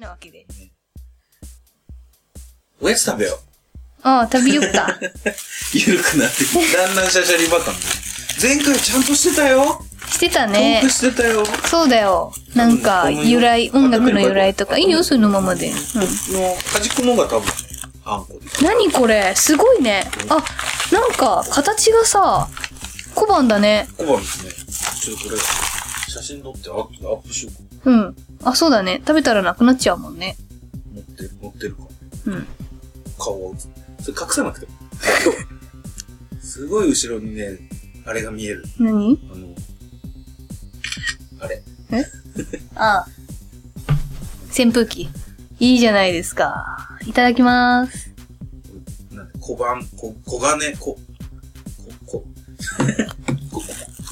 なわけです。おやつ食べよう。ああ、食べよっ か。ゆるくなってきて、だんだんシャシャリバタン。前回ちゃんとしてたよ。してたちゃんねと。してたよ。そうだよ。なんか、由来、音楽の由来とか。いいよ、そのままで。うん。の端っこのが多分、あんこで。何これすごいね。あ、なんか、形がさ、小判だね。小判ですね。ちょっとこれ、写真撮ってアップアップしようか。うん。あ、そうだね。食べたらなくなっちゃうもんね。持ってる、持ってるか。うん。顔を映す。それ隠さなくても。すごい後ろにね、あれが見える。何あの、あれ。ああ。扇風機。いいじゃないですか。いただきます。なんだ小判、小、小金、小、小、小、こ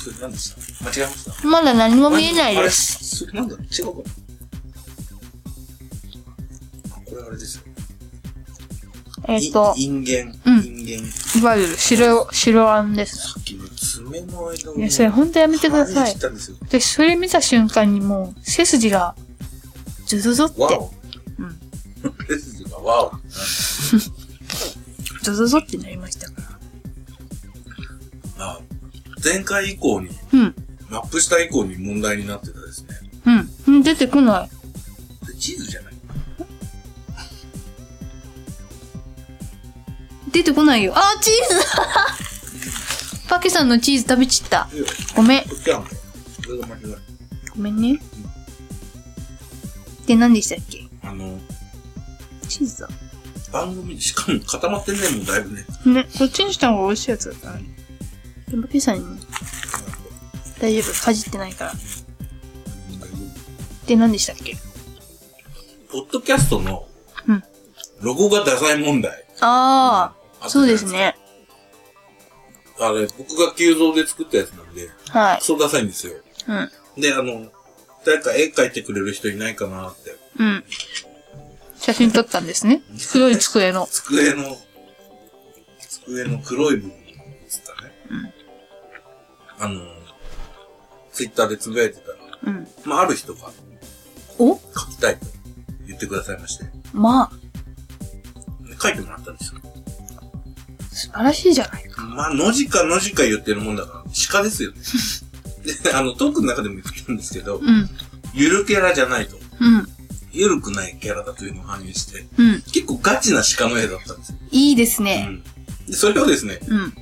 それ何でした間違えましたまだ何も見えないです。す。あれ、それなんだ違うかなあこれあれですよ。えっとい、インゲン、うんインゲン、さいわゆる白、白あんです。っきの爪の間をいね。や、それほんとやめてくだ歯さにい切っ。たんですよ。で、それ見た瞬間にもう、背筋が、ズズズって、わお。うん。 レスがわお。なんかズズズってなりましたから。あ前回以降に、うん。マップした以降に問題になってたですね。うん。出てこない。で地図じゃない出てこないよ。あー、チーズ パケさんのチーズ食べちった。いいよごめん。こっちあんのこれが間違いない。ごめんね。で、何でしたっけあの、チーズだ。番組、しかも固まってんね、もうだいぶね。ね、そっちにした方が美味しいやつだったのに。でも、パケさんに、大丈夫。かじってないから。で、何でしたっけポッドキャストのうん、ロゴがダサい問題。あああ、そうです。ね。あれ、僕が急増で作ったやつなんで、はい。そうダサいんですよ。うん。で、あの、誰か絵描いてくれる人いないかなって、うん。写真撮ったんですね。黒い机の。机の、机の黒い部分ですかね。あの、ツイッターでつぶやいてたら、うん。まあ、ある人がお描きたいと言ってくださいまして、でまあ、描いてもらったんですよ。素晴らしいじゃない。まあ、のじかのじか言ってるもんだから、鹿ですよね。で、あの、トークの中でも言ってたんですけど、うん。ゆるキャラじゃないと。うん。ゆるくないキャラだというのを反映して、うん。結構ガチな鹿の絵だったんですよ。いいですうね。ん。で、それをですね、うん。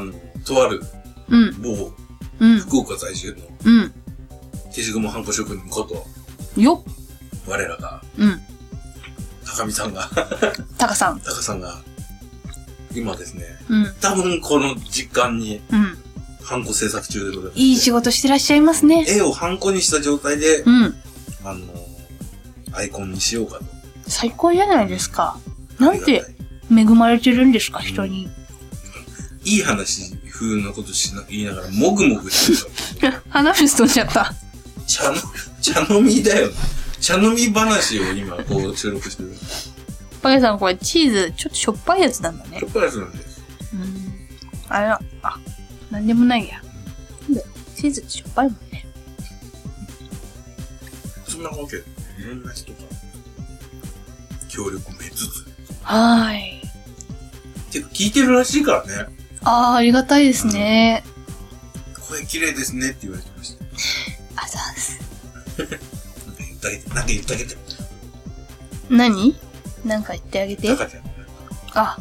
あの、とあるうん。某うん。福岡在住のうん。手仕もハンコ職人こと、よっ。我らが、うん。高見さんが、 タカさん。高さんが、今ですね、うん。多分この時間にうん。ハンコ制作中でございます。いい仕事してらっしゃいますね。絵をハンコにした状態で、うん。あの、アイコンにしようかと。最高じゃないですか。なんありがてたい恵まれてるんですか、人に。いい話風なことしな言いながら、もぐもぐしてる 鼻水飛んじゃった。茶の、茶飲みだよ。茶飲み話を今、こう収録してる。パケさん、これチーズ、ちょっとしょっぱいやつなんだねちょ。っとやつなんです。うん。あれな、あ、なんでもないや。なんだよチーズってしょっぱいもんね。そんなわけで、いろんな人が、協力を得つつ。はーい。てか、聞いてるらしいからね。ああ、ありがたいですね。声綺麗ですねって言われてました。あざーす。なんか言ってあげて、なんか言ってあげて。何なんか言ってあげて。赤ちゃん。あ、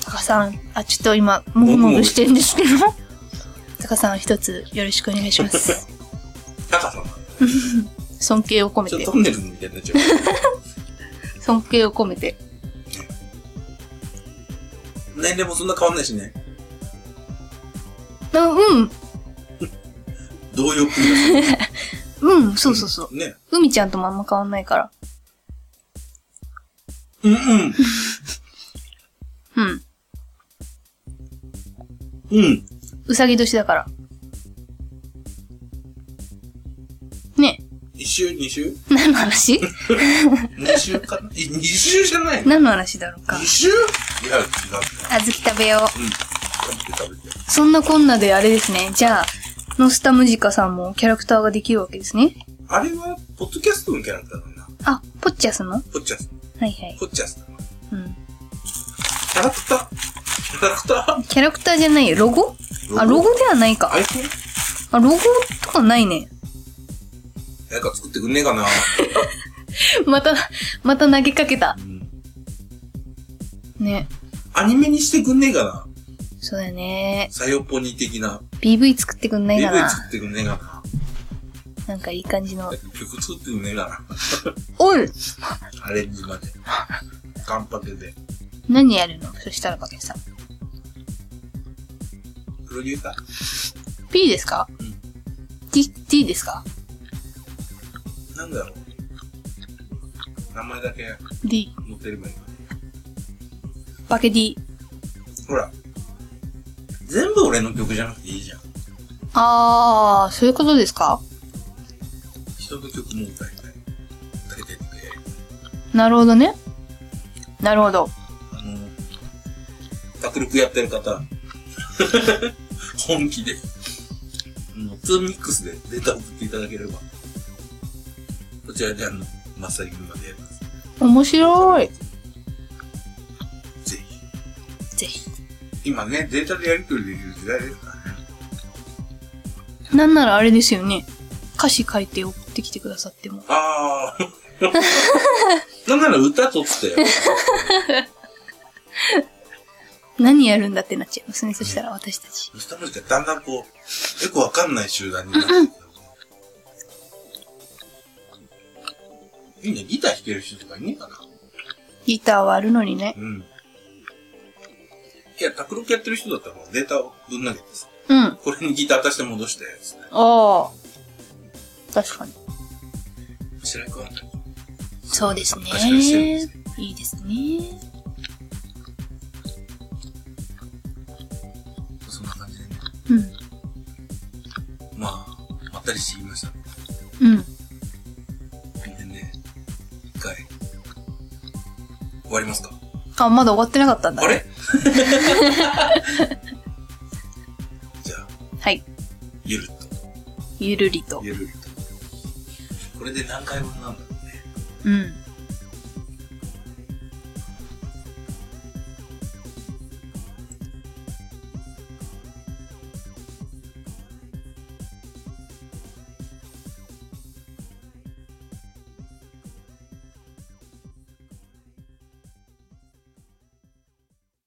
タカさん、あ、ちょっと今、もぐもぐしてるんですけど。タカさん、一つよろしくお願いします。 赤さん。尊敬を込めちょってと。トンネルズみたいになっちゃう。 尊敬を込めて。年齢もそんな変わんないしね。あうん、同様気がうん、そうそうそう。ね。海ちゃんともあんま変わんないから。うんうん。うん。うん。うさぎ年だから。ね一周、二周え、何の 話二週かなえ二週じゃないの何の話だろうか二。週いや、違う。あずき食べよう。うん。食べて食べて。そんなこんなであれですね。じゃあ、ノスタムジカさんもキャラクターができるわけですね。あれは、ポッドキャストのキャラクターだな。あ、ポッチャスのはポッチャス。いはい。ポッチャス。うん。キャラクターキャラクターキャラクターじゃないよ。ロゴあ、ロゴではないかア。イコンあ、ロゴとかないね。 誰か作ってくんねえかなまた、また投げかけた。うんね。アニメにしてくんねえかなそうだね。サヨポニー的な。 BV 作ってくんないか AV な。作ってくんねえかなんかいい感じのな。曲作ってくんねえかおいなアレンジまで。カンパケで。何やるのそしたらばけさん。プロデューサー P ですかうん ?D、D ですかなんだろう。名前だけ ?D。載ってればいいのに。バケ D。ほら。全部俺の曲じゃなくていいじゃん。あー、そういうことですか人の曲も歌いたい。歌いたいって。なるほどね。なるほど。あの、卓力やってる方、 本気で、あの、ツーミックスでデータ送っていただければ、こちらであの、マッサージングまでやります。面白い。ぜぜひ。ひ。今ね、データでやり取りできる時代ですからね。なんならあれですよね。歌詞書いて送ってきてくださっても。あー。 なんなら歌取って、何やるんだってなっちゃいますね。そしたら私たち。歌文字がだんだんこう、よくわかんない集団になってきた。いいね、ギター弾ける人とかいねえかな。ギターはあるのにね。うん。いや、卓録やってる人だったらもうデータをぶん投げてさ、うん。これにギター足して戻してですね。あー。確かに。白井くんあたり。そうですね確かにしてるんです。いいですね。そんな感じでね。うん。まあ、まったりして言いましたね。うん。でね、一回、終わりますか。あ、まだ終わってなかったんだ、あね。れ じゃあ、はい。ゆるっと、ゆるりと。ゆるっと。これで何回分なんだろうね。うん。